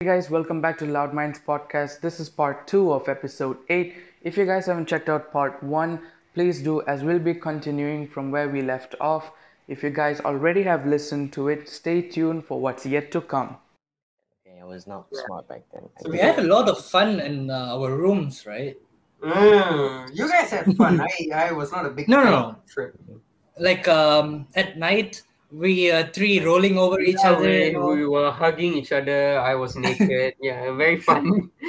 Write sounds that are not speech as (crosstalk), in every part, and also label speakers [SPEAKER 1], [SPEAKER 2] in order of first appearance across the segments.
[SPEAKER 1] Hey guys, welcome back to Loud Minds Podcast. This is part 2 of episode 8. If you guys haven't checked out part 1, please do as we'll be continuing from where we left off. If you guys already have listened to it, stay tuned for what's yet to come.
[SPEAKER 2] Yeah, I was not smart back then. I
[SPEAKER 3] So we
[SPEAKER 2] didn't-
[SPEAKER 3] had a lot of fun in uh, our rooms, right?
[SPEAKER 4] Mm, you guys
[SPEAKER 3] (laughs)
[SPEAKER 4] had fun. I, I was not a big
[SPEAKER 3] No, no,
[SPEAKER 4] fan
[SPEAKER 3] no.
[SPEAKER 4] of the trip.
[SPEAKER 3] Like um, at night, we uh, three rolling over each
[SPEAKER 5] Yeah,
[SPEAKER 3] other.
[SPEAKER 5] we,
[SPEAKER 3] you know?
[SPEAKER 5] we were hugging each other. I
[SPEAKER 3] (laughs)
[SPEAKER 5] was naked. yeah, very fun.
[SPEAKER 3] (laughs)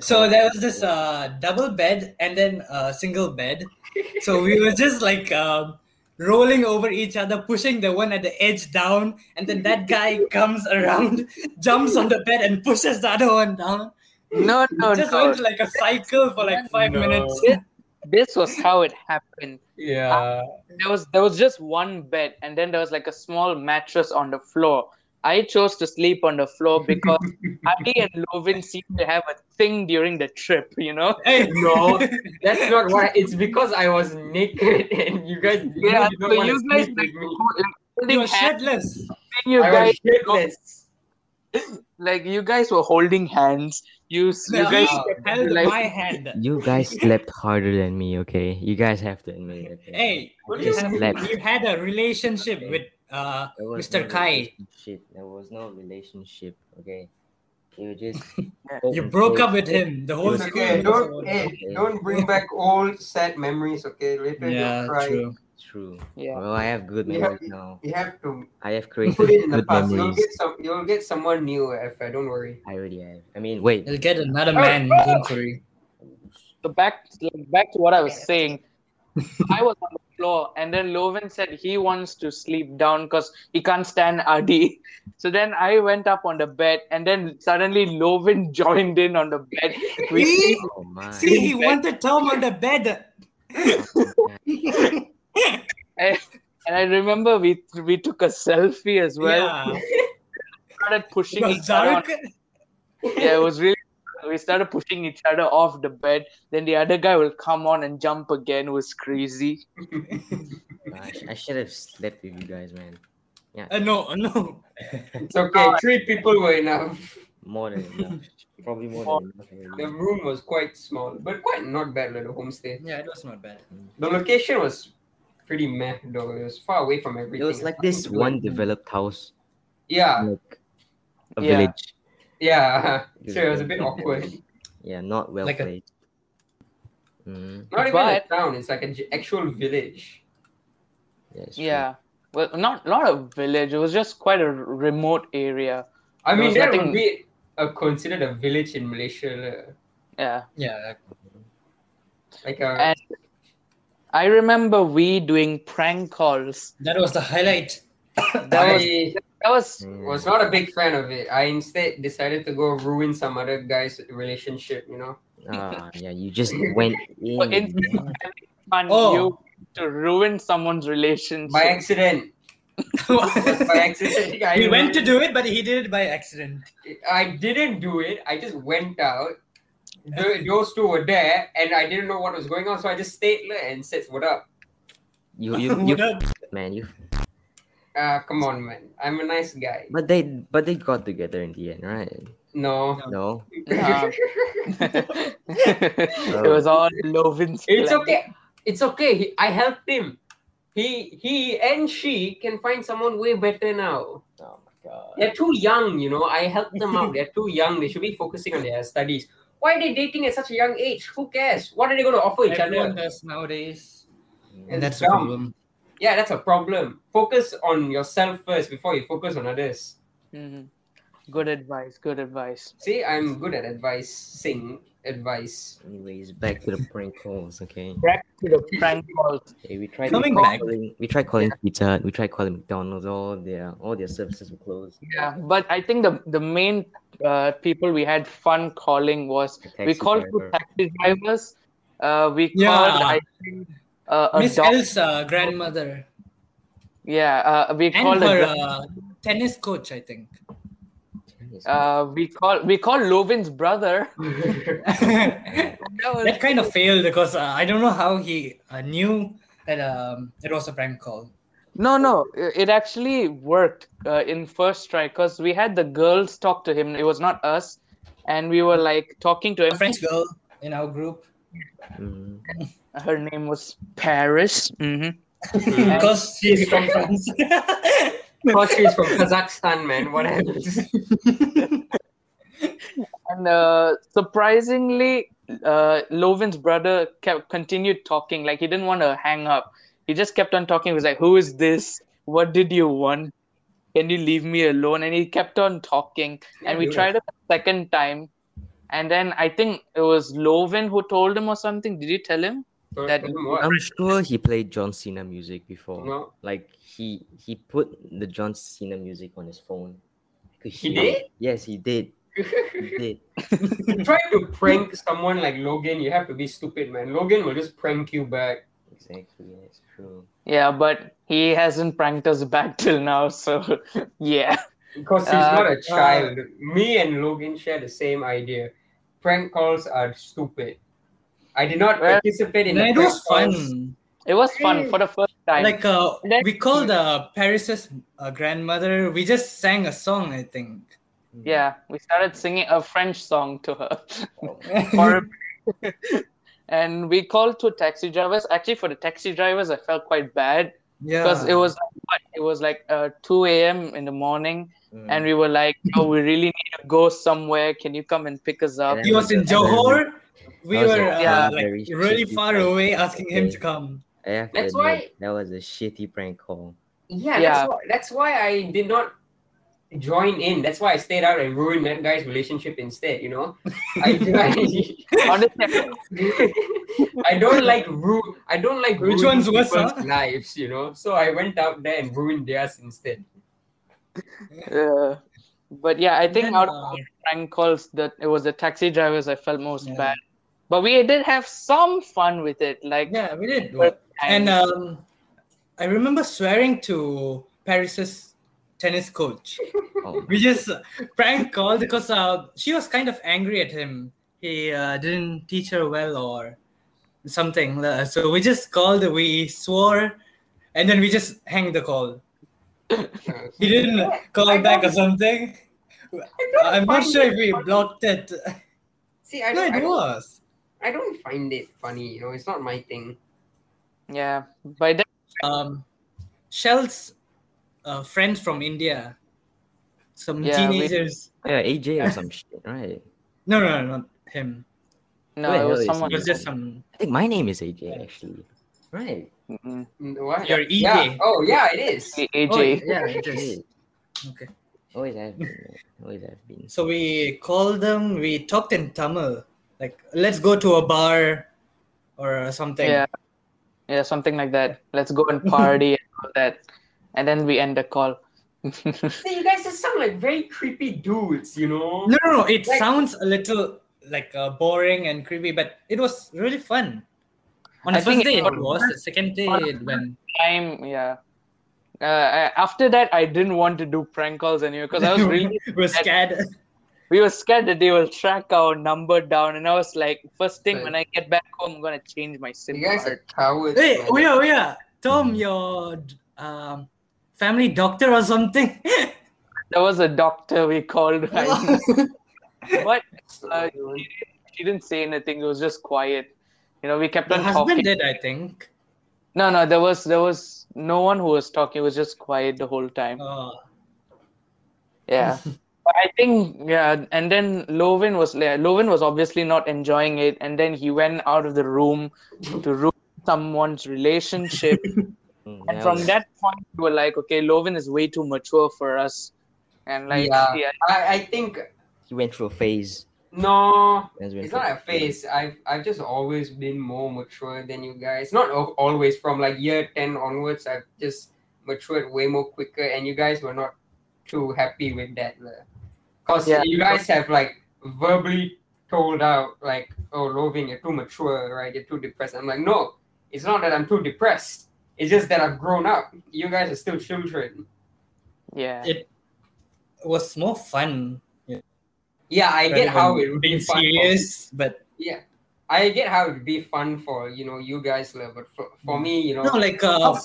[SPEAKER 3] so there was this uh, double bed and then a single bed. So we were just like um, rolling over each other, pushing the one at the edge down, and then that guy comes around, (laughs) jumps on the bed, and pushes the other one down.
[SPEAKER 1] No, no,
[SPEAKER 3] just
[SPEAKER 1] no.
[SPEAKER 3] went like a cycle for like five
[SPEAKER 5] No.
[SPEAKER 3] minutes.
[SPEAKER 6] this was how it happened.
[SPEAKER 5] Yeah,
[SPEAKER 6] There was there was just one bed, and then there was like a small mattress on the floor. I chose to sleep on the floor because
[SPEAKER 1] (laughs)
[SPEAKER 6] Adi and Lovin seemed to have a thing during the trip. You know,
[SPEAKER 3] Hey.
[SPEAKER 5] No. that's not why. It's because I was naked (laughs) and you guys. you
[SPEAKER 6] (laughs) Yeah,
[SPEAKER 5] did not
[SPEAKER 6] so
[SPEAKER 5] wanna
[SPEAKER 6] you guys
[SPEAKER 5] sleep
[SPEAKER 6] like,
[SPEAKER 5] with me.
[SPEAKER 6] hold- like,
[SPEAKER 3] (laughs) (laughs) You
[SPEAKER 6] holding
[SPEAKER 3] were
[SPEAKER 6] hands,
[SPEAKER 3] shirtless.
[SPEAKER 6] you
[SPEAKER 5] I
[SPEAKER 6] guys
[SPEAKER 5] was shirtless.
[SPEAKER 6] like you guys were holding hands. You s- you
[SPEAKER 3] No,
[SPEAKER 6] guys
[SPEAKER 3] he held
[SPEAKER 6] like-
[SPEAKER 3] my hand.
[SPEAKER 2] You guys slept harder than me, okay? You guys have to admit it. okay?
[SPEAKER 3] Hey,
[SPEAKER 5] What
[SPEAKER 2] I
[SPEAKER 5] do you
[SPEAKER 2] just
[SPEAKER 3] mean?
[SPEAKER 2] slept.
[SPEAKER 3] you had a relationship with uh
[SPEAKER 2] There was
[SPEAKER 3] Mr.
[SPEAKER 2] no
[SPEAKER 3] Kai.
[SPEAKER 2] relationship. There was no relationship, okay? You just.
[SPEAKER 3] you broke up with him. The whole
[SPEAKER 4] It's
[SPEAKER 2] It's
[SPEAKER 4] okay.
[SPEAKER 2] cool.
[SPEAKER 3] school. knows
[SPEAKER 4] Don't
[SPEAKER 3] about
[SPEAKER 4] hey,
[SPEAKER 3] it.
[SPEAKER 2] Okay.
[SPEAKER 4] don't bring back old sad memories. Okay, later
[SPEAKER 3] Yeah,
[SPEAKER 4] you'll cry.
[SPEAKER 3] true.
[SPEAKER 2] True.
[SPEAKER 6] yeah.
[SPEAKER 2] Well, I have good
[SPEAKER 4] Yeah.
[SPEAKER 2] memories now.
[SPEAKER 4] You have to
[SPEAKER 2] I have created
[SPEAKER 4] put it in the
[SPEAKER 2] good
[SPEAKER 4] past. You'll
[SPEAKER 2] memories.
[SPEAKER 4] get some. You'll get someone new. If don't
[SPEAKER 5] (laughs)
[SPEAKER 4] worry.
[SPEAKER 2] I already have. I mean, wait.
[SPEAKER 3] You'll get another
[SPEAKER 4] Oh,
[SPEAKER 3] man. Don't worry.
[SPEAKER 6] So back like, back to what I was
[SPEAKER 3] (laughs)
[SPEAKER 6] saying. I was on the floor, and then Lovin said he wants to sleep down because he can't stand Adi. (laughs) So then I went up on the bed, and then suddenly Lovin (laughs) joined in on the
[SPEAKER 3] (laughs)
[SPEAKER 6] bed. We
[SPEAKER 3] See,
[SPEAKER 2] Oh my.
[SPEAKER 3] see, he wanted Tom on the bed.
[SPEAKER 6] and I remember we we took a selfie as well.
[SPEAKER 3] yeah,
[SPEAKER 6] We started
[SPEAKER 3] it
[SPEAKER 6] pushing
[SPEAKER 3] was
[SPEAKER 6] each other.
[SPEAKER 3] dark.
[SPEAKER 6] On, (laughs) yeah, it was really. We started pushing each other off the bed. Then the other guy will come on and jump again. It was crazy.
[SPEAKER 2] Gosh, I should have slept with you guys, man.
[SPEAKER 3] Uh, no, no.
[SPEAKER 4] It's okay. Three people were enough.
[SPEAKER 2] More than enough. Probably more than enough.
[SPEAKER 4] The
[SPEAKER 2] already.
[SPEAKER 4] room was quite small, but quite not bad. Like the homestay.
[SPEAKER 3] Yeah, it was not bad.
[SPEAKER 4] The location was pretty meh though. It was far away from everything.
[SPEAKER 2] It was like
[SPEAKER 4] Nothing
[SPEAKER 2] this
[SPEAKER 4] to do.
[SPEAKER 2] one developed house,
[SPEAKER 4] Yeah,
[SPEAKER 2] like a
[SPEAKER 6] Yeah.
[SPEAKER 2] village. (laughs)
[SPEAKER 4] yeah.
[SPEAKER 2] It
[SPEAKER 4] So it was a bit
[SPEAKER 2] very (laughs)
[SPEAKER 4] awkward.
[SPEAKER 2] different. Yeah, not well
[SPEAKER 3] Like a-
[SPEAKER 2] played. Mhm,
[SPEAKER 4] Not even
[SPEAKER 6] But-
[SPEAKER 4] a town. It's like an actual village.
[SPEAKER 2] yeah, it's true.
[SPEAKER 6] Yeah. Well, not not a village. It was just quite a remote area.
[SPEAKER 4] I
[SPEAKER 6] There
[SPEAKER 4] mean,
[SPEAKER 6] was
[SPEAKER 4] that
[SPEAKER 6] nothing-
[SPEAKER 4] would be a, considered a village in Malaysia,
[SPEAKER 6] Yeah.
[SPEAKER 3] Yeah,
[SPEAKER 4] uh, like a
[SPEAKER 6] And I remember we doing prank calls.
[SPEAKER 3] that was the highlight.
[SPEAKER 6] That was
[SPEAKER 4] I
[SPEAKER 6] that was
[SPEAKER 2] Mm.
[SPEAKER 4] was not a big fan of it. I instead decided to go ruin some other guy's relationship. You know,
[SPEAKER 2] Ah, yeah, you just (laughs) went in.
[SPEAKER 6] for
[SPEAKER 2] and-
[SPEAKER 6] instance having fun
[SPEAKER 3] Oh.
[SPEAKER 6] you to ruin someone's relationship.
[SPEAKER 4] by accident. (laughs) By accident,
[SPEAKER 6] (laughs)
[SPEAKER 3] (laughs)
[SPEAKER 4] I
[SPEAKER 3] he went to do it, but he did it by accident.
[SPEAKER 4] I didn't do it. I just went out. Th- Those two were there, and I didn't know what was going on, so I just stayed there and said, "What up?"
[SPEAKER 2] You, you,
[SPEAKER 3] (laughs)
[SPEAKER 2] you,
[SPEAKER 3] What
[SPEAKER 2] man, you.
[SPEAKER 4] Ah, come on, man. I'm a nice guy.
[SPEAKER 2] But they, but they got together in the end, right?
[SPEAKER 4] No,
[SPEAKER 3] Um,
[SPEAKER 2] No. (laughs)
[SPEAKER 6] Nah. (laughs) it was all Lovin's.
[SPEAKER 4] It's
[SPEAKER 6] plan.
[SPEAKER 4] okay. It's okay. He, I helped him. He he and she can find someone way better now.
[SPEAKER 2] Oh my god.
[SPEAKER 4] They're too young, you know. I helped them out. They're too young. They should be focusing on their studies. Why are they dating at such a young age? Who cares? What are they going to offer each
[SPEAKER 3] Everyone
[SPEAKER 4] other?
[SPEAKER 3] does nowadays,
[SPEAKER 4] And
[SPEAKER 3] and
[SPEAKER 4] that's
[SPEAKER 3] that's the
[SPEAKER 4] the dumb.
[SPEAKER 3] problem.
[SPEAKER 4] Yeah, that's a problem. Focus on yourself first before you focus on others.
[SPEAKER 6] Mhm. Good advice. Good advice.
[SPEAKER 4] See, I'm good at advice. Sing
[SPEAKER 6] (laughs)
[SPEAKER 4] advice.
[SPEAKER 2] Anyways, back to the prank calls, okay?
[SPEAKER 6] Back to the prank calls.
[SPEAKER 2] Okay, we tried
[SPEAKER 3] Coming
[SPEAKER 2] calling,
[SPEAKER 3] back.
[SPEAKER 2] We tried calling Pizza Hut, We tried calling McDonald's. All their all their services were closed.
[SPEAKER 6] Yeah, but I think the the main uh, people we had fun calling was
[SPEAKER 2] The
[SPEAKER 6] we
[SPEAKER 2] taxi
[SPEAKER 6] called two
[SPEAKER 2] driver.
[SPEAKER 6] taxi drivers. Uh, we
[SPEAKER 3] Yeah.
[SPEAKER 6] called I think uh, a
[SPEAKER 3] Miss
[SPEAKER 6] doc-
[SPEAKER 3] L's uh, grandmother
[SPEAKER 6] Yeah, uh, we
[SPEAKER 3] and
[SPEAKER 6] called a
[SPEAKER 3] her
[SPEAKER 6] doc-
[SPEAKER 3] uh, tennis coach, I
[SPEAKER 6] (laughs)
[SPEAKER 3] think.
[SPEAKER 2] Jeez.
[SPEAKER 6] uh, we call we call Lovin's brother.
[SPEAKER 3] that
[SPEAKER 6] That was-
[SPEAKER 3] kind of failed because uh, I don't know how he uh, knew that um, it was a prank call.
[SPEAKER 6] (laughs) No, no, i- it actually worked uh, in first try because we had the girls talk to him. It was not us, and we were like talking to
[SPEAKER 3] A
[SPEAKER 6] him.
[SPEAKER 3] French girl in our group
[SPEAKER 2] Mm.
[SPEAKER 6] Her name was Paris. hmm
[SPEAKER 3] because she's from
[SPEAKER 6] (laughs)
[SPEAKER 3] France.
[SPEAKER 4] Kochi is from Kazakhstan, man.
[SPEAKER 6] (laughs)
[SPEAKER 4] What (laughs) happens?
[SPEAKER 6] And uh, surprisingly, uh, Lovin's brother kept continued talking. Like he didn't want to hang up. He just kept on talking. He was like, "Who is this? What did you want? Can you leave me alone?" And he kept on talking. and we tried it a second time, and then I think it was Lovin who told him or something. Did you tell him?
[SPEAKER 4] Don't
[SPEAKER 6] That-
[SPEAKER 4] tell him what.
[SPEAKER 2] I'm sure he played John Cena music before.
[SPEAKER 4] No.
[SPEAKER 2] Like he he put the John Cena music on his phone. Could
[SPEAKER 4] He
[SPEAKER 2] hear it. Yes, he did. He did.
[SPEAKER 4] (laughs) Try to prank someone like Logan. You have to be stupid, man. Logan will just prank you back.
[SPEAKER 2] Exactly. That's true.
[SPEAKER 6] Yeah, but he hasn't pranked us back (laughs) till now. So yeah,
[SPEAKER 4] Because he's
[SPEAKER 6] Uh,
[SPEAKER 4] not a child. Me and Logan share the same idea. Prank calls are stupid. I did not
[SPEAKER 6] Well,
[SPEAKER 4] participate in the
[SPEAKER 3] it
[SPEAKER 4] prank
[SPEAKER 3] was
[SPEAKER 4] calls.
[SPEAKER 3] fun.
[SPEAKER 6] it was fun for the first time.
[SPEAKER 3] Like uh,
[SPEAKER 6] Then-
[SPEAKER 3] we called uh, Paris's uh, grandmother. We just sang a song, I think.
[SPEAKER 6] yeah, we started singing a French song to her. (laughs) Horrible. and we called two taxi drivers. Actually, for the taxi drivers, I felt quite bad
[SPEAKER 3] (laughs) yeah,
[SPEAKER 6] because it was like, what? it was like uh, two a.m. in the morning,
[SPEAKER 2] Mm.
[SPEAKER 6] and we were like, "Yo, we really need to go somewhere. Can you come and pick us up?"
[SPEAKER 2] And
[SPEAKER 3] He was in
[SPEAKER 2] then-
[SPEAKER 3] Johor. We
[SPEAKER 2] That was
[SPEAKER 3] were
[SPEAKER 2] a very,
[SPEAKER 3] uh, like
[SPEAKER 2] very
[SPEAKER 3] really
[SPEAKER 2] shitty
[SPEAKER 3] far
[SPEAKER 2] prank.
[SPEAKER 3] away, asking him to come.
[SPEAKER 2] I have to
[SPEAKER 4] That's
[SPEAKER 2] admit,
[SPEAKER 4] why-
[SPEAKER 2] that was a shitty prank call.
[SPEAKER 4] Yeah,
[SPEAKER 6] Yeah.
[SPEAKER 4] That's, why, that's why I did not join in. That's why I stayed out and ruined that guy's relationship instead, you know?
[SPEAKER 3] (laughs)
[SPEAKER 4] I,
[SPEAKER 6] (laughs) Honestly,
[SPEAKER 4] (laughs) I don't like ru- I don't like
[SPEAKER 3] Which
[SPEAKER 4] ruining
[SPEAKER 3] one's worse,
[SPEAKER 4] people's
[SPEAKER 3] huh?
[SPEAKER 4] lives, you know. So I went out there and ruined theirs instead.
[SPEAKER 6] uh, but yeah, I think
[SPEAKER 3] Then,
[SPEAKER 6] out of
[SPEAKER 3] uh,
[SPEAKER 6] all the prank calls, that it was the taxi drivers I felt most
[SPEAKER 3] Yeah.
[SPEAKER 6] bad. But we did have some fun with it. Like
[SPEAKER 3] yeah, we
[SPEAKER 4] (laughs)
[SPEAKER 3] did.
[SPEAKER 4] Uh,
[SPEAKER 3] Well, and um, I remember swearing to Paris's tennis coach.
[SPEAKER 2] Oh,
[SPEAKER 3] We just prank called because uh, she was kind of angry at him. He uh, didn't teach her well or something. Uh, So we just called, we swore, and then we just hang the call. He didn't call
[SPEAKER 4] I
[SPEAKER 3] back or
[SPEAKER 4] don't-
[SPEAKER 3] something. I'm not sure if we blocked it.
[SPEAKER 4] (laughs) See, I
[SPEAKER 3] No,
[SPEAKER 4] don't, I,
[SPEAKER 3] it
[SPEAKER 4] don't,
[SPEAKER 3] was.
[SPEAKER 4] I don't find it funny, you know. It's not my thing.
[SPEAKER 3] uh,
[SPEAKER 6] yeah, by then
[SPEAKER 3] Um, Shell's uh, friends from India, some
[SPEAKER 6] Yeah, we-
[SPEAKER 3] teenagers.
[SPEAKER 2] Oh, yeah, AJ or some shit, right?
[SPEAKER 3] No, no, no, not him.
[SPEAKER 6] no,
[SPEAKER 2] Wait,
[SPEAKER 6] it
[SPEAKER 2] wait,
[SPEAKER 6] was
[SPEAKER 2] it's
[SPEAKER 6] uh, someone.
[SPEAKER 3] It was just some.
[SPEAKER 2] I think my name is AJ actually. Right.
[SPEAKER 6] Mm,
[SPEAKER 4] Mm, What?
[SPEAKER 3] Your EJ.
[SPEAKER 4] Yeah. Oh, yeah, it is.
[SPEAKER 6] AJ.
[SPEAKER 3] Oh, yeah, it is.
[SPEAKER 2] Hey,
[SPEAKER 3] Okay.
[SPEAKER 2] Always have been. man. Always have been.
[SPEAKER 3] So we called them. We talked in Tamil, like let's go to a bar or something.
[SPEAKER 6] Yeah. Yeah, something like that. Let's go and party and all that. And then we end the call. (laughs)
[SPEAKER 4] See, you guys just sound like very creepy dudes, you know.
[SPEAKER 3] No, no, no, it
[SPEAKER 4] Like-
[SPEAKER 3] sounds a little like uh, boring and creepy, but it was really fun. On the
[SPEAKER 6] I
[SPEAKER 3] first
[SPEAKER 6] think
[SPEAKER 3] day,
[SPEAKER 6] it
[SPEAKER 3] it was. The second day, it
[SPEAKER 6] (laughs)
[SPEAKER 3] went.
[SPEAKER 6] Time, yeah. Uh, I- after that, I didn't want to do prank calls anymore because I
[SPEAKER 3] (laughs)
[SPEAKER 6] was really
[SPEAKER 3] we were scared.
[SPEAKER 6] we were scared that they will track our number down, and I was like, first thing when I get back home, I'm gonna change my SIM
[SPEAKER 4] You guys
[SPEAKER 6] card.
[SPEAKER 4] are cowards.
[SPEAKER 3] Hey,
[SPEAKER 4] man.
[SPEAKER 3] oh yeah, oh yeah.
[SPEAKER 6] Mm-hmm.
[SPEAKER 3] Tom, your um, family doctor or something. (laughs)
[SPEAKER 6] There was a doctor we called, right? but uh,
[SPEAKER 4] Absolutely.
[SPEAKER 6] she didn't say anything. It was just quiet. You know, we kept
[SPEAKER 3] the
[SPEAKER 6] on talking.
[SPEAKER 3] husband did, I think.
[SPEAKER 6] No, no, there was there was no one who was talking. It was just quiet the whole time.
[SPEAKER 3] Uh,
[SPEAKER 6] Yeah, but I think yeah, and then Lovin was yeah, Lovin was obviously not enjoying it, and then he went out of the room to ruin someone's relationship.
[SPEAKER 2] Mm,
[SPEAKER 6] and from
[SPEAKER 2] was-
[SPEAKER 6] that point, we were like, okay, Lovin is way too mature for us, and like
[SPEAKER 4] Yeah.
[SPEAKER 6] yeah,
[SPEAKER 4] I, I think
[SPEAKER 2] he went through a phase.
[SPEAKER 4] no.
[SPEAKER 2] He went
[SPEAKER 4] It's
[SPEAKER 2] through
[SPEAKER 4] not a phase. I've I've just always been more mature than you guys. Not al- always. From like year ten onwards, I've just matured way more quicker, and you guys were not too happy with that. Because
[SPEAKER 6] Yeah.
[SPEAKER 4] you guys have like verbally told out like, "Oh, Lovin, you're too mature, right? You're too depressed." I'm like, no, it's not that I'm too depressed. It's just that I've grown up. You guys are still children.
[SPEAKER 6] yeah,
[SPEAKER 3] it was more fun.
[SPEAKER 4] Yeah, I
[SPEAKER 3] rather
[SPEAKER 4] get how
[SPEAKER 3] than
[SPEAKER 4] it would be
[SPEAKER 3] being
[SPEAKER 4] fun. for-
[SPEAKER 3] serious, but
[SPEAKER 4] I get how it'd be fun for you know you guys, lah, but for, for me, you know,
[SPEAKER 3] no, like uh,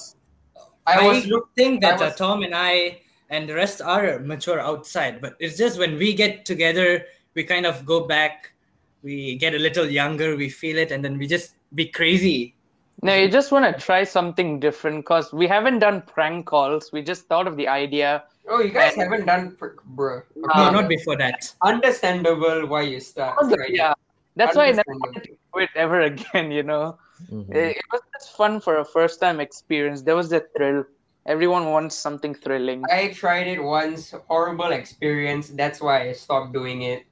[SPEAKER 4] I was
[SPEAKER 3] I
[SPEAKER 4] look.
[SPEAKER 3] think that uh,
[SPEAKER 4] I was-
[SPEAKER 3] Tom and I and the rest are mature outside, but it's just when we get together, we kind of go back, we get a little younger, we feel it, and then we just be crazy.
[SPEAKER 6] No, you just want to try something different because we haven't done prank calls. We just thought of the idea.
[SPEAKER 4] Oh, you guys haven't done, pr- bro.
[SPEAKER 3] No,
[SPEAKER 6] Uh,
[SPEAKER 3] not before that.
[SPEAKER 4] Understandable why you start. right?
[SPEAKER 6] Yeah, that's why I never
[SPEAKER 4] Understandable.
[SPEAKER 6] wanted to do it ever (laughs) again. You know,
[SPEAKER 2] Mhm.
[SPEAKER 6] it, it was just fun for a first-time experience. There was that thrill. Everyone wants something thrilling.
[SPEAKER 4] I tried it once, horrible experience. That's why I stopped doing it.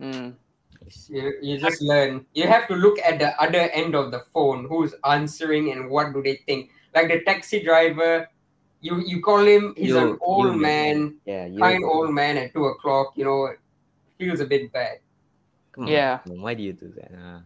[SPEAKER 4] Hmm.
[SPEAKER 6] Mm.
[SPEAKER 4] You, you just learn. You have to look at the other end of the phone, who's answering and what do they think. Like the taxi driver, you you call him, he's
[SPEAKER 2] Yo,
[SPEAKER 4] an old
[SPEAKER 2] yo,
[SPEAKER 4] man,
[SPEAKER 2] Yeah, you.
[SPEAKER 4] kind old man at two o'clock. You know, feels a bit bad.
[SPEAKER 2] Come on,
[SPEAKER 6] Yeah.
[SPEAKER 2] come on, why do you do that? Ah,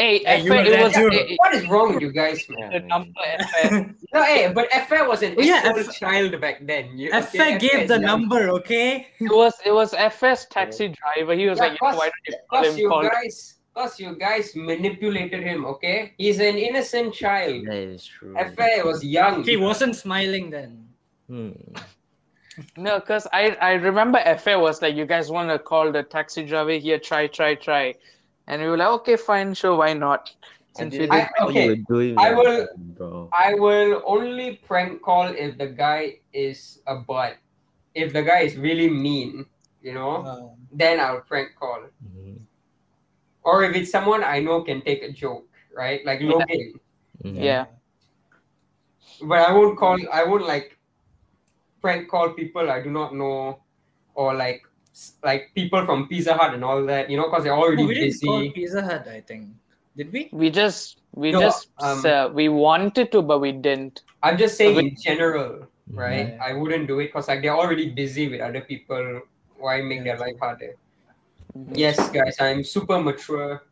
[SPEAKER 6] Hey,
[SPEAKER 3] Hey,
[SPEAKER 6] F-
[SPEAKER 3] you were
[SPEAKER 6] it
[SPEAKER 3] there
[SPEAKER 6] was
[SPEAKER 3] too.
[SPEAKER 6] it- it-
[SPEAKER 4] What is wrong with you guys, man?
[SPEAKER 6] the
[SPEAKER 2] yeah, man.
[SPEAKER 6] number,
[SPEAKER 3] (laughs)
[SPEAKER 6] F-
[SPEAKER 4] No, hey, but Affair was an
[SPEAKER 3] Oh, yeah,
[SPEAKER 4] actual
[SPEAKER 3] Affair-
[SPEAKER 4] child back then. You,
[SPEAKER 3] Efe
[SPEAKER 4] okay, Affair
[SPEAKER 3] gave
[SPEAKER 4] is
[SPEAKER 3] the
[SPEAKER 4] young.
[SPEAKER 3] number, okay?
[SPEAKER 4] (laughs)
[SPEAKER 6] it was it was FS taxi driver. He was like, you
[SPEAKER 4] Yeah,
[SPEAKER 6] know,
[SPEAKER 4] cause-
[SPEAKER 6] why don't you call
[SPEAKER 4] Cause
[SPEAKER 6] him?
[SPEAKER 4] you
[SPEAKER 6] Call
[SPEAKER 4] guys, cause you guys manipulated him. Okay, he's an innocent child.
[SPEAKER 2] That is true.
[SPEAKER 4] Affair was young.
[SPEAKER 3] He wasn't smiling then.
[SPEAKER 2] Hmm.
[SPEAKER 6] No, because I, I remember FA was like, you guys want to call the taxi driver here, try, try, try. And we were like, okay, fine, sure, why not? Since we
[SPEAKER 2] did-
[SPEAKER 6] did,
[SPEAKER 4] I-
[SPEAKER 2] What
[SPEAKER 4] okay,
[SPEAKER 2] you were doing
[SPEAKER 4] I
[SPEAKER 2] was
[SPEAKER 4] will-
[SPEAKER 2] wrong, Bro.
[SPEAKER 4] I will only prank call if the guy is a butt. If the guy is really mean, you know,
[SPEAKER 3] Uh,
[SPEAKER 4] then I'll prank call.
[SPEAKER 2] Mhm.
[SPEAKER 4] Or if it's someone I know can take a joke, right? Like Logan.
[SPEAKER 2] Mhm.
[SPEAKER 6] yeah.
[SPEAKER 4] But I won't call. I won't like prank call people I do not know, or like s- like people from Pizza Hut and all that. You know, because they're already
[SPEAKER 3] no, Oh, we didn't
[SPEAKER 4] busy.
[SPEAKER 3] call Pizza Hut, I think. Did we?
[SPEAKER 6] We just, we
[SPEAKER 4] No,
[SPEAKER 6] just,
[SPEAKER 4] um,
[SPEAKER 6] uh, we wanted to, but we didn't.
[SPEAKER 4] I'm just saying
[SPEAKER 6] Okay.
[SPEAKER 4] in general,
[SPEAKER 6] Mm-hmm.
[SPEAKER 2] Mhm.
[SPEAKER 4] right?
[SPEAKER 3] Yeah.
[SPEAKER 4] I wouldn't do it because like they're already busy with other people. Why
[SPEAKER 3] Yeah.
[SPEAKER 4] make
[SPEAKER 3] Mm-hmm.
[SPEAKER 4] their life harder? Yes, guys, I'm super mature.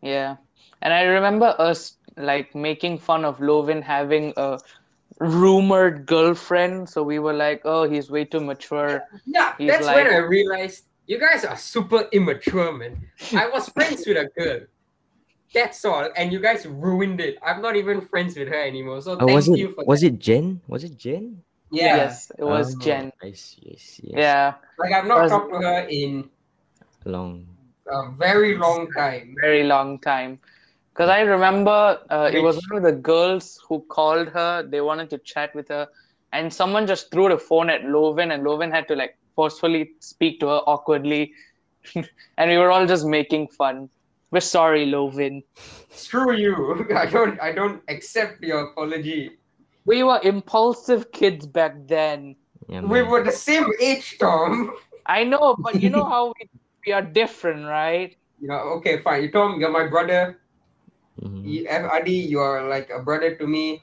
[SPEAKER 6] Yeah. And I remember us like making fun of Lovin having a rumored girlfriend. So we were like, oh, he's way too mature.
[SPEAKER 4] Yeah,
[SPEAKER 6] He's
[SPEAKER 4] that's
[SPEAKER 6] like-
[SPEAKER 4] when I realized you guys are super immature, man. I
[SPEAKER 3] (laughs)
[SPEAKER 4] was friends with a girl. That's all, and you guys ruined it. I'm not even friends with her anymore. So
[SPEAKER 2] Oh,
[SPEAKER 4] thank
[SPEAKER 2] was it
[SPEAKER 4] you for
[SPEAKER 2] was
[SPEAKER 4] that.
[SPEAKER 2] it Jen? Was it Jen?
[SPEAKER 4] Yeah,
[SPEAKER 6] Yes, it was
[SPEAKER 2] Oh,
[SPEAKER 6] Jen.
[SPEAKER 2] I see, I see. I see.
[SPEAKER 6] Yeah,
[SPEAKER 4] like I've not
[SPEAKER 6] Was-
[SPEAKER 4] talked to her in
[SPEAKER 2] Long.
[SPEAKER 4] a very long time.
[SPEAKER 6] very long time. Because I remember uh, it was
[SPEAKER 4] Which-
[SPEAKER 6] one of the girls who called her. They wanted to chat with her, and someone just threw the phone at Lovin, and Lovin had to like forcefully speak to her awkwardly, (laughs) and we were all just making fun. We're sorry, Lovin.
[SPEAKER 4] Screw you! (laughs) I don't, I don't accept your apology.
[SPEAKER 6] We were impulsive kids back then.
[SPEAKER 2] Yeah,
[SPEAKER 4] We
[SPEAKER 2] man.
[SPEAKER 4] were the same age, Tom. (laughs)
[SPEAKER 6] I know, but you know how we, we are different, right?
[SPEAKER 4] you know, okay, fine. You Tom, you're my brother.
[SPEAKER 2] Mhm.
[SPEAKER 4] You, F- Adi, you are like a brother to me.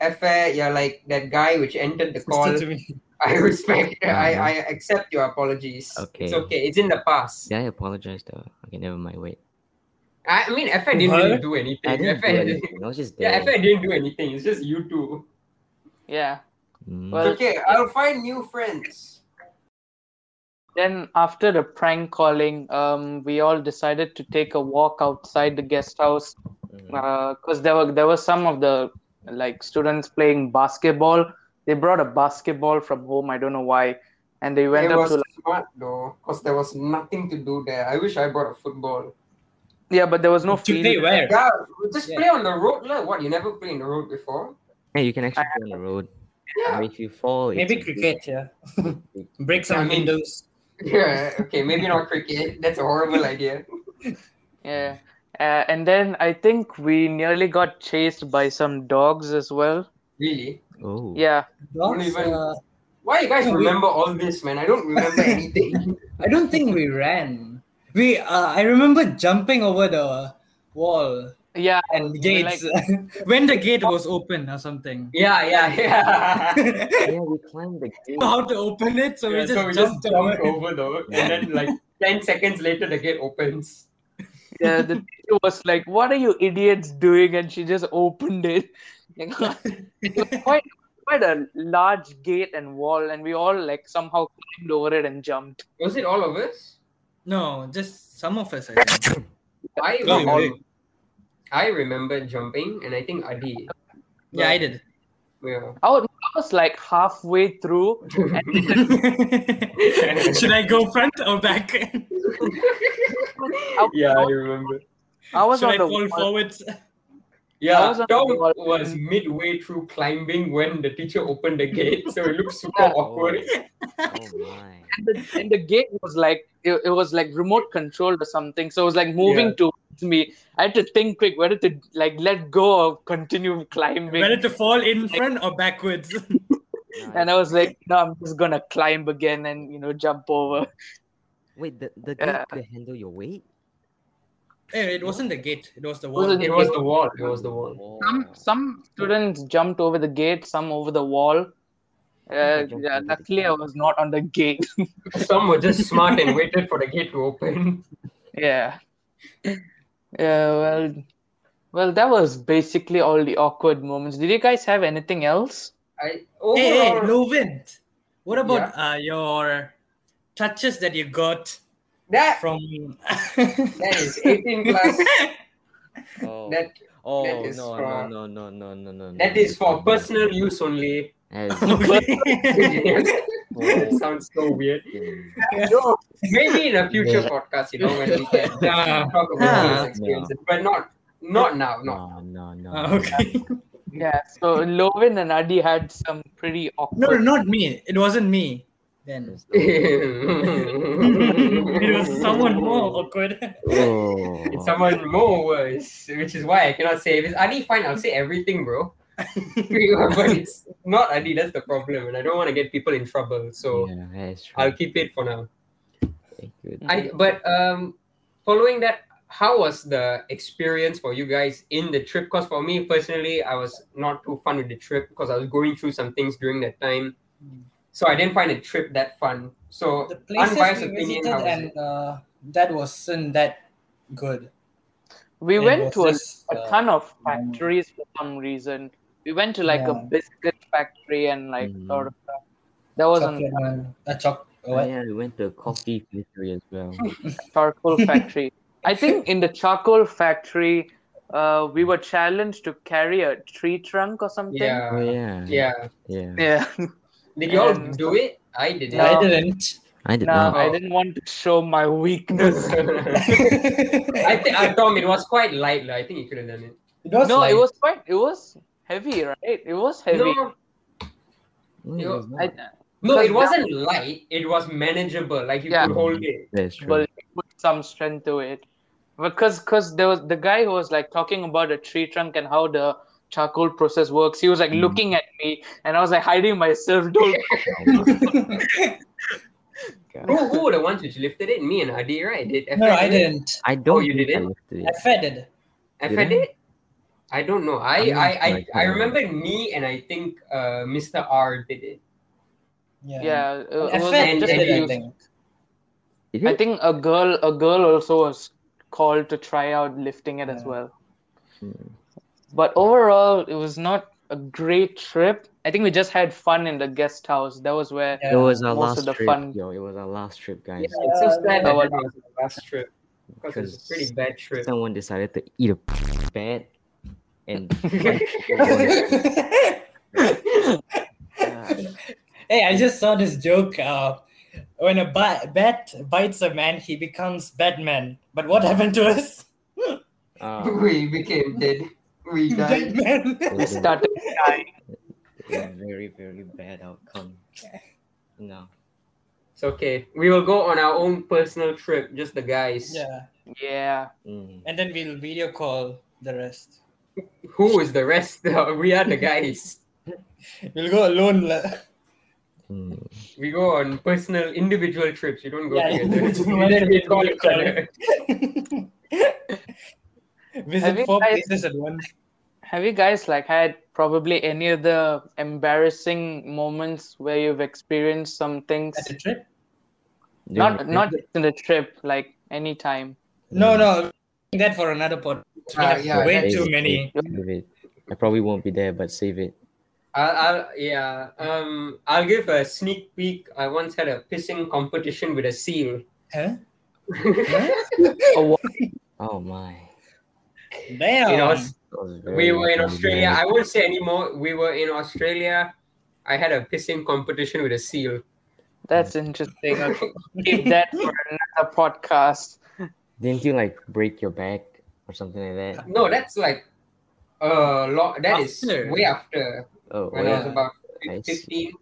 [SPEAKER 4] Efe, you're like that guy which entered the
[SPEAKER 3] (laughs)
[SPEAKER 4] call.
[SPEAKER 3] Still to me.
[SPEAKER 4] I (laughs) respect. I,
[SPEAKER 2] Uh-huh.
[SPEAKER 4] I accept your apologies.
[SPEAKER 2] Okay.
[SPEAKER 4] It's okay. It's in the past.
[SPEAKER 2] Did I apologize though? Okay, never mind. Wait.
[SPEAKER 4] I, I mean, Efe didn't
[SPEAKER 3] What?
[SPEAKER 4] really do anything.
[SPEAKER 2] I didn't do
[SPEAKER 4] Efe-
[SPEAKER 2] anything. I was just there.
[SPEAKER 4] (laughs) Yeah, Efe didn't do anything. It's just you two.
[SPEAKER 6] Yeah.
[SPEAKER 2] Mhm.
[SPEAKER 6] Well-
[SPEAKER 4] It's okay. I'll find new friends.
[SPEAKER 6] then after the prank calling um, we all decided to take a walk outside the guest house
[SPEAKER 2] Mhm.
[SPEAKER 6] because there were there were some of the like students playing basketball they brought a basketball from home i don't know why and they went
[SPEAKER 4] it
[SPEAKER 6] up
[SPEAKER 4] was
[SPEAKER 6] to like,
[SPEAKER 4] smart though, cause there was nothing to do there. I wish I brought a football.
[SPEAKER 6] yeah but there was no
[SPEAKER 3] to play
[SPEAKER 6] field
[SPEAKER 3] where?
[SPEAKER 4] Yeah, just
[SPEAKER 3] Yeah.
[SPEAKER 4] play on the road, lah. What? You never played on the road before? (laughs)
[SPEAKER 2] Yeah, you can actually go on the road.
[SPEAKER 4] Yeah.
[SPEAKER 2] Or if you fall, it's a
[SPEAKER 3] Maybe
[SPEAKER 2] big-
[SPEAKER 3] cricket,
[SPEAKER 4] (laughs)
[SPEAKER 3] yeah. Break
[SPEAKER 4] I
[SPEAKER 3] some
[SPEAKER 4] mean-
[SPEAKER 3] windows.
[SPEAKER 4] Yeah. Okay. Maybe not cricket. That's a horrible idea.
[SPEAKER 6] yeah uh, and then i think we nearly got chased by some dogs as well
[SPEAKER 4] Really?
[SPEAKER 2] Oh.
[SPEAKER 6] yeah
[SPEAKER 3] Dogs,
[SPEAKER 4] even-
[SPEAKER 3] uh,
[SPEAKER 4] Why you guys
[SPEAKER 3] No, we-
[SPEAKER 4] remember all this, man? I don't (laughs)
[SPEAKER 3] (laughs)
[SPEAKER 4] remember anything.
[SPEAKER 3] I don't think we ran. We uh, I remember jumping over the wall
[SPEAKER 6] yeah
[SPEAKER 3] and
[SPEAKER 6] we were
[SPEAKER 3] gates (laughs) when the gate was open or
[SPEAKER 4] (laughs)
[SPEAKER 3] something.
[SPEAKER 4] yeah, yeah, yeah.
[SPEAKER 3] We
[SPEAKER 2] Yeah, we climbed the gate. Oh.
[SPEAKER 4] (laughs)
[SPEAKER 3] know how to open it, so we
[SPEAKER 4] Yeah,
[SPEAKER 3] just
[SPEAKER 4] so we just
[SPEAKER 3] jumped over.
[SPEAKER 4] jumped over though, and then (laughs) like ten seconds later, the gate opens.
[SPEAKER 6] Yeah, the teacher was like, "What are you idiots doing?" And she just opened it. (laughs) Like, quite, quite a large gate and wall, and we all like somehow climbed over it and jumped.
[SPEAKER 4] Was it all of us?
[SPEAKER 3] No, just some of us. I think.
[SPEAKER 4] I
[SPEAKER 3] No,
[SPEAKER 4] remember.
[SPEAKER 3] you-
[SPEAKER 4] I remember jumping, and I think Adi. (laughs)
[SPEAKER 3] Yeah, I did.
[SPEAKER 4] Yeah.
[SPEAKER 6] Oh, I was like halfway through, and then
[SPEAKER 3] Should I go front or back?
[SPEAKER 6] I was,
[SPEAKER 4] yeah, I remember.
[SPEAKER 6] I was
[SPEAKER 3] Should
[SPEAKER 6] on
[SPEAKER 3] I
[SPEAKER 6] the
[SPEAKER 3] fall
[SPEAKER 6] wall.
[SPEAKER 3] forward?
[SPEAKER 4] Yeah,
[SPEAKER 6] was on
[SPEAKER 4] Tom
[SPEAKER 6] the wall.
[SPEAKER 4] was midway through climbing when the teacher opened the (laughs) gate, so it looked super awkward.
[SPEAKER 2] Oh
[SPEAKER 4] (laughs)
[SPEAKER 2] my.
[SPEAKER 6] and the, and the gate was like it, it was like remote controlled or something so it was like moving towards me i had to think quick whether to like let go or continue climbing
[SPEAKER 3] Whether to fall in front or backwards? (laughs)
[SPEAKER 6] and i was like no i'm just gonna climb again and you know jump over
[SPEAKER 2] Wait, the, the
[SPEAKER 6] Yeah.
[SPEAKER 2] gate could handle your weight?
[SPEAKER 3] Eh, it wasn't the gate. It was the
[SPEAKER 6] Was
[SPEAKER 3] wall.
[SPEAKER 6] it-
[SPEAKER 4] It was the wall. It was the wall.
[SPEAKER 6] some
[SPEAKER 2] Wow.
[SPEAKER 6] some students jumped over the gate some over the wall uh,
[SPEAKER 2] jumped
[SPEAKER 6] yeah,
[SPEAKER 2] over the
[SPEAKER 6] luckily i
[SPEAKER 2] gate.
[SPEAKER 6] was not on the gate (laughs)
[SPEAKER 4] Some were just smart and waited for the gate to open.
[SPEAKER 6] yeah yeah well well that was basically all the awkward moments did you guys have anything else
[SPEAKER 4] I
[SPEAKER 3] Hey, hey,
[SPEAKER 4] overall,
[SPEAKER 3] Lovent. What about uh, your touches that you got (laughs)
[SPEAKER 4] that
[SPEAKER 3] from?
[SPEAKER 4] that is
[SPEAKER 3] (laughs)
[SPEAKER 4] 18 plus.
[SPEAKER 2] Oh,
[SPEAKER 4] That
[SPEAKER 2] oh
[SPEAKER 4] that is
[SPEAKER 2] no,
[SPEAKER 4] for-
[SPEAKER 2] no, no, no, no, no, no.
[SPEAKER 4] that is for personal use (laughs) only.
[SPEAKER 2] That is
[SPEAKER 3] (laughs) Okay.
[SPEAKER 4] That
[SPEAKER 2] for-
[SPEAKER 4] sounds so weird. (laughs)
[SPEAKER 2] Mm.
[SPEAKER 4] No, maybe in a future
[SPEAKER 2] Yeah.
[SPEAKER 4] podcast, you know, when we can
[SPEAKER 3] (laughs) Yeah.
[SPEAKER 4] talk about
[SPEAKER 3] Yeah.
[SPEAKER 4] these experiences, but not not now.
[SPEAKER 2] No,
[SPEAKER 4] Not
[SPEAKER 2] no, no.
[SPEAKER 3] Uh, okay.
[SPEAKER 6] Yeah, so Lovin and Adi had some pretty awkward.
[SPEAKER 3] No, no, not me. It wasn't me. Then (laughs)
[SPEAKER 4] (laughs)
[SPEAKER 3] it was someone more awkward.
[SPEAKER 2] Oh.
[SPEAKER 4] It's someone more worse, which is why I cannot say. If it's Adi, fine, I'll say
[SPEAKER 2] (laughs)
[SPEAKER 4] everything, bro. (laughs) but it's not Adi, that's the problem, and I don't want to get people in trouble, so
[SPEAKER 2] yeah, that's true. Mm.
[SPEAKER 4] I'll keep it for now.
[SPEAKER 2] Okay, good.
[SPEAKER 4] I but um, following that, how was the experience for you guys in the trip? Because for me personally, I was not too fun with the trip because I was going through some things during that time,
[SPEAKER 2] Mm.
[SPEAKER 4] so I didn't find the trip that fun. So
[SPEAKER 3] The places
[SPEAKER 4] Unbiased
[SPEAKER 3] we
[SPEAKER 4] opinion,
[SPEAKER 3] visited
[SPEAKER 4] how was
[SPEAKER 3] and uh, that wasn't that good.
[SPEAKER 6] we
[SPEAKER 3] It
[SPEAKER 6] went to a,
[SPEAKER 3] was just,
[SPEAKER 6] a
[SPEAKER 3] uh,
[SPEAKER 6] ton of factories for some reason. We went to like a
[SPEAKER 3] Yeah. Mm.
[SPEAKER 6] biscuit factory and like
[SPEAKER 2] Mhm.
[SPEAKER 6] sort of stuff. That wasn't
[SPEAKER 3] chocolate one. A choc. uh,
[SPEAKER 2] Oh,
[SPEAKER 3] What?
[SPEAKER 2] yeah, we went to a coffee factory as well.
[SPEAKER 6] charcoal
[SPEAKER 4] (laughs)
[SPEAKER 6] factory. I think in the charcoal factory, uh, we were challenged to carry a tree trunk or something.
[SPEAKER 2] Oh,
[SPEAKER 4] yeah,
[SPEAKER 2] yeah.
[SPEAKER 4] yeah.
[SPEAKER 2] Yeah.
[SPEAKER 6] Yeah.
[SPEAKER 4] Did y'all
[SPEAKER 6] And-
[SPEAKER 4] do it? I did
[SPEAKER 6] No.
[SPEAKER 3] I
[SPEAKER 6] (laughs)
[SPEAKER 3] didn't. (laughs)
[SPEAKER 2] I did
[SPEAKER 6] Now
[SPEAKER 2] not.
[SPEAKER 6] I didn't want to show my weakness.
[SPEAKER 4] (laughs) it.
[SPEAKER 3] I
[SPEAKER 4] I think uh, Tom, it was quite light. lah. I think you could have done it.
[SPEAKER 3] It was
[SPEAKER 6] no,
[SPEAKER 3] like-
[SPEAKER 6] it was quite. It was heavy, right? It was heavy.
[SPEAKER 4] No,
[SPEAKER 2] No,
[SPEAKER 4] You-
[SPEAKER 2] it was not.
[SPEAKER 6] I,
[SPEAKER 4] no, it
[SPEAKER 6] But-
[SPEAKER 4] wasn't light. It was manageable. Like you
[SPEAKER 6] Yeah.
[SPEAKER 4] could hold it.
[SPEAKER 2] That's true. (laughs)
[SPEAKER 6] Well, put some strength to it because because there was the guy who was like talking about a tree trunk and how the charcoal process works he was like
[SPEAKER 2] Mhm.
[SPEAKER 6] looking at me and i was like hiding myself (laughs) don't
[SPEAKER 4] (laughs) Who, who were the ones which lifted it? Me and Adi, right? Did
[SPEAKER 3] No,
[SPEAKER 4] F-
[SPEAKER 3] I didn't.
[SPEAKER 2] I don't.
[SPEAKER 4] you
[SPEAKER 2] think I
[SPEAKER 4] didn't?
[SPEAKER 2] lifted
[SPEAKER 3] I
[SPEAKER 2] it.
[SPEAKER 3] fed it.
[SPEAKER 4] F-
[SPEAKER 2] Did
[SPEAKER 4] I
[SPEAKER 2] I?
[SPEAKER 4] did. I don't know. I
[SPEAKER 2] I'm not
[SPEAKER 4] I I,
[SPEAKER 2] sure I can
[SPEAKER 4] I remember me and I think uh, Mr. R did it.
[SPEAKER 3] Yeah.
[SPEAKER 6] yeah it
[SPEAKER 3] I
[SPEAKER 6] it was
[SPEAKER 3] fed
[SPEAKER 4] and-
[SPEAKER 6] just
[SPEAKER 4] and
[SPEAKER 6] that
[SPEAKER 3] it. I
[SPEAKER 6] you-
[SPEAKER 3] think.
[SPEAKER 2] Did
[SPEAKER 6] i
[SPEAKER 2] it?
[SPEAKER 6] think a girl a girl also was called to try out lifting it as
[SPEAKER 3] Yeah.
[SPEAKER 6] well
[SPEAKER 2] Mm.
[SPEAKER 6] but overall it was not a great trip i think we just had fun in the guest house that was where
[SPEAKER 3] Yeah.
[SPEAKER 2] It was our
[SPEAKER 6] most of
[SPEAKER 2] last
[SPEAKER 6] the
[SPEAKER 2] trip.
[SPEAKER 6] fun-
[SPEAKER 2] Yo, it was our last trip, guys.
[SPEAKER 4] Yeah, it's so sad that
[SPEAKER 6] Oh,
[SPEAKER 4] that was the last trip because it was a pretty bad trip.
[SPEAKER 2] Someone decided to eat a (laughs) bat and (laughs)
[SPEAKER 4] (laughs)
[SPEAKER 2] Yeah.
[SPEAKER 3] (laughs) Hey, I just saw this joke. Uh, when a bat, bat bites a man, he becomes Batman. But what happened to us?
[SPEAKER 2] Uh,
[SPEAKER 4] we became dead.
[SPEAKER 2] (laughs)
[SPEAKER 4] We died. (laughs)
[SPEAKER 3] Batman.
[SPEAKER 2] it
[SPEAKER 6] we
[SPEAKER 2] was a-
[SPEAKER 6] started dying
[SPEAKER 2] it was a very, very bad outcome. No.
[SPEAKER 4] It's okay. We will go on our own personal trip, just the guys.
[SPEAKER 3] yeah.
[SPEAKER 6] yeah
[SPEAKER 2] Mm.
[SPEAKER 3] And then we'll video call the rest.
[SPEAKER 4] Who is the rest? (laughs) Uh, we are the guys.
[SPEAKER 3] We'll go alone. la- (laughs)
[SPEAKER 2] Mm.
[SPEAKER 4] We go on personal, individual trips. You don't go
[SPEAKER 3] Yeah,
[SPEAKER 4] (laughs) together.
[SPEAKER 3] individual
[SPEAKER 4] And then we
[SPEAKER 3] trips.
[SPEAKER 4] call each other.
[SPEAKER 3] Visit
[SPEAKER 6] you
[SPEAKER 3] four
[SPEAKER 6] guys-
[SPEAKER 3] places at once.
[SPEAKER 6] Have you guys like had probably any of the embarrassing moments where you've experienced some things?
[SPEAKER 3] At a trip?
[SPEAKER 6] Not
[SPEAKER 2] Dude, mm,
[SPEAKER 6] not just in the trip, like any time.
[SPEAKER 3] No, no. That for another pod. We
[SPEAKER 4] Ah,
[SPEAKER 3] have
[SPEAKER 4] yeah,
[SPEAKER 3] way
[SPEAKER 2] save
[SPEAKER 3] too
[SPEAKER 2] it,
[SPEAKER 3] many.
[SPEAKER 2] Save it. I probably won't be there, but save it.
[SPEAKER 4] I'll, I'll, yeah. Um, I'll give a sneak peek. I once had a pissing competition with a (laughs) seal.
[SPEAKER 3] Huh?
[SPEAKER 4] (laughs)
[SPEAKER 2] Oh my.
[SPEAKER 3] Damn.
[SPEAKER 4] In Aus-
[SPEAKER 2] That was
[SPEAKER 4] we
[SPEAKER 2] very,
[SPEAKER 4] were in
[SPEAKER 2] very
[SPEAKER 4] Australia.
[SPEAKER 2] bad.
[SPEAKER 4] I won't say anymore. We were in Australia. I had a pissing competition with a seal.
[SPEAKER 6] That's interesting. Okay. Keep that for another podcast.
[SPEAKER 2] Didn't you like break your back or something like that?
[SPEAKER 4] No, that's like a lot. That is
[SPEAKER 3] After.
[SPEAKER 4] way after
[SPEAKER 2] Oh,
[SPEAKER 4] when
[SPEAKER 2] well,
[SPEAKER 4] I was
[SPEAKER 3] yeah.
[SPEAKER 4] about
[SPEAKER 2] I see.
[SPEAKER 4] fifteen.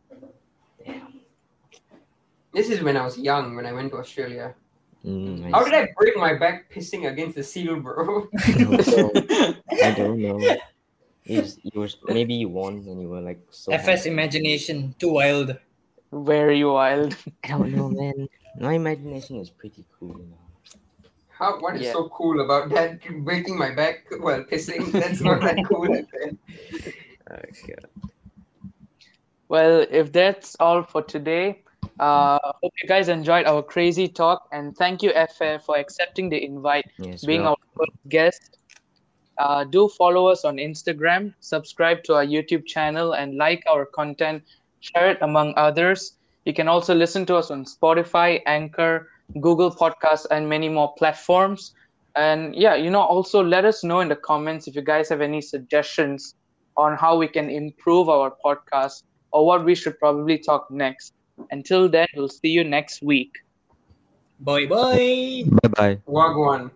[SPEAKER 4] This is when I was young when I went to Australia.
[SPEAKER 2] mm,
[SPEAKER 4] How
[SPEAKER 2] I,
[SPEAKER 4] did I break my back pissing against the seal, bro? (laughs)
[SPEAKER 2] see. don't know. (laughs) I don't know. You just- you were, maybe you won and you were like so.
[SPEAKER 3] FS imagination too wild.
[SPEAKER 6] Very wild.
[SPEAKER 2] I don't know, man. My imagination is pretty cool. You know.
[SPEAKER 4] How, what is
[SPEAKER 6] Yeah.
[SPEAKER 4] so cool about that? Breaking my back while pissing? That's not that cool. Oh,
[SPEAKER 2] Okay.
[SPEAKER 6] Well, if that's all for today, uh, hope you guys enjoyed our crazy talk and thank you, FF, for accepting the invite.
[SPEAKER 2] Yes,
[SPEAKER 6] being
[SPEAKER 2] well,
[SPEAKER 6] our first guest. Uh, do follow us on Instagram, subscribe to our YouTube channel, and like our content. Share it among others. You can also listen to us on Spotify, Anchor, Google Podcasts, and many more platforms. And yeah, you know, also let us know in the comments if you guys have any suggestions on how we can improve our podcast or what we should probably talk next. Until then, we'll see you next week.
[SPEAKER 3] Boy, boy.
[SPEAKER 2] bye bye.
[SPEAKER 4] Wagwan.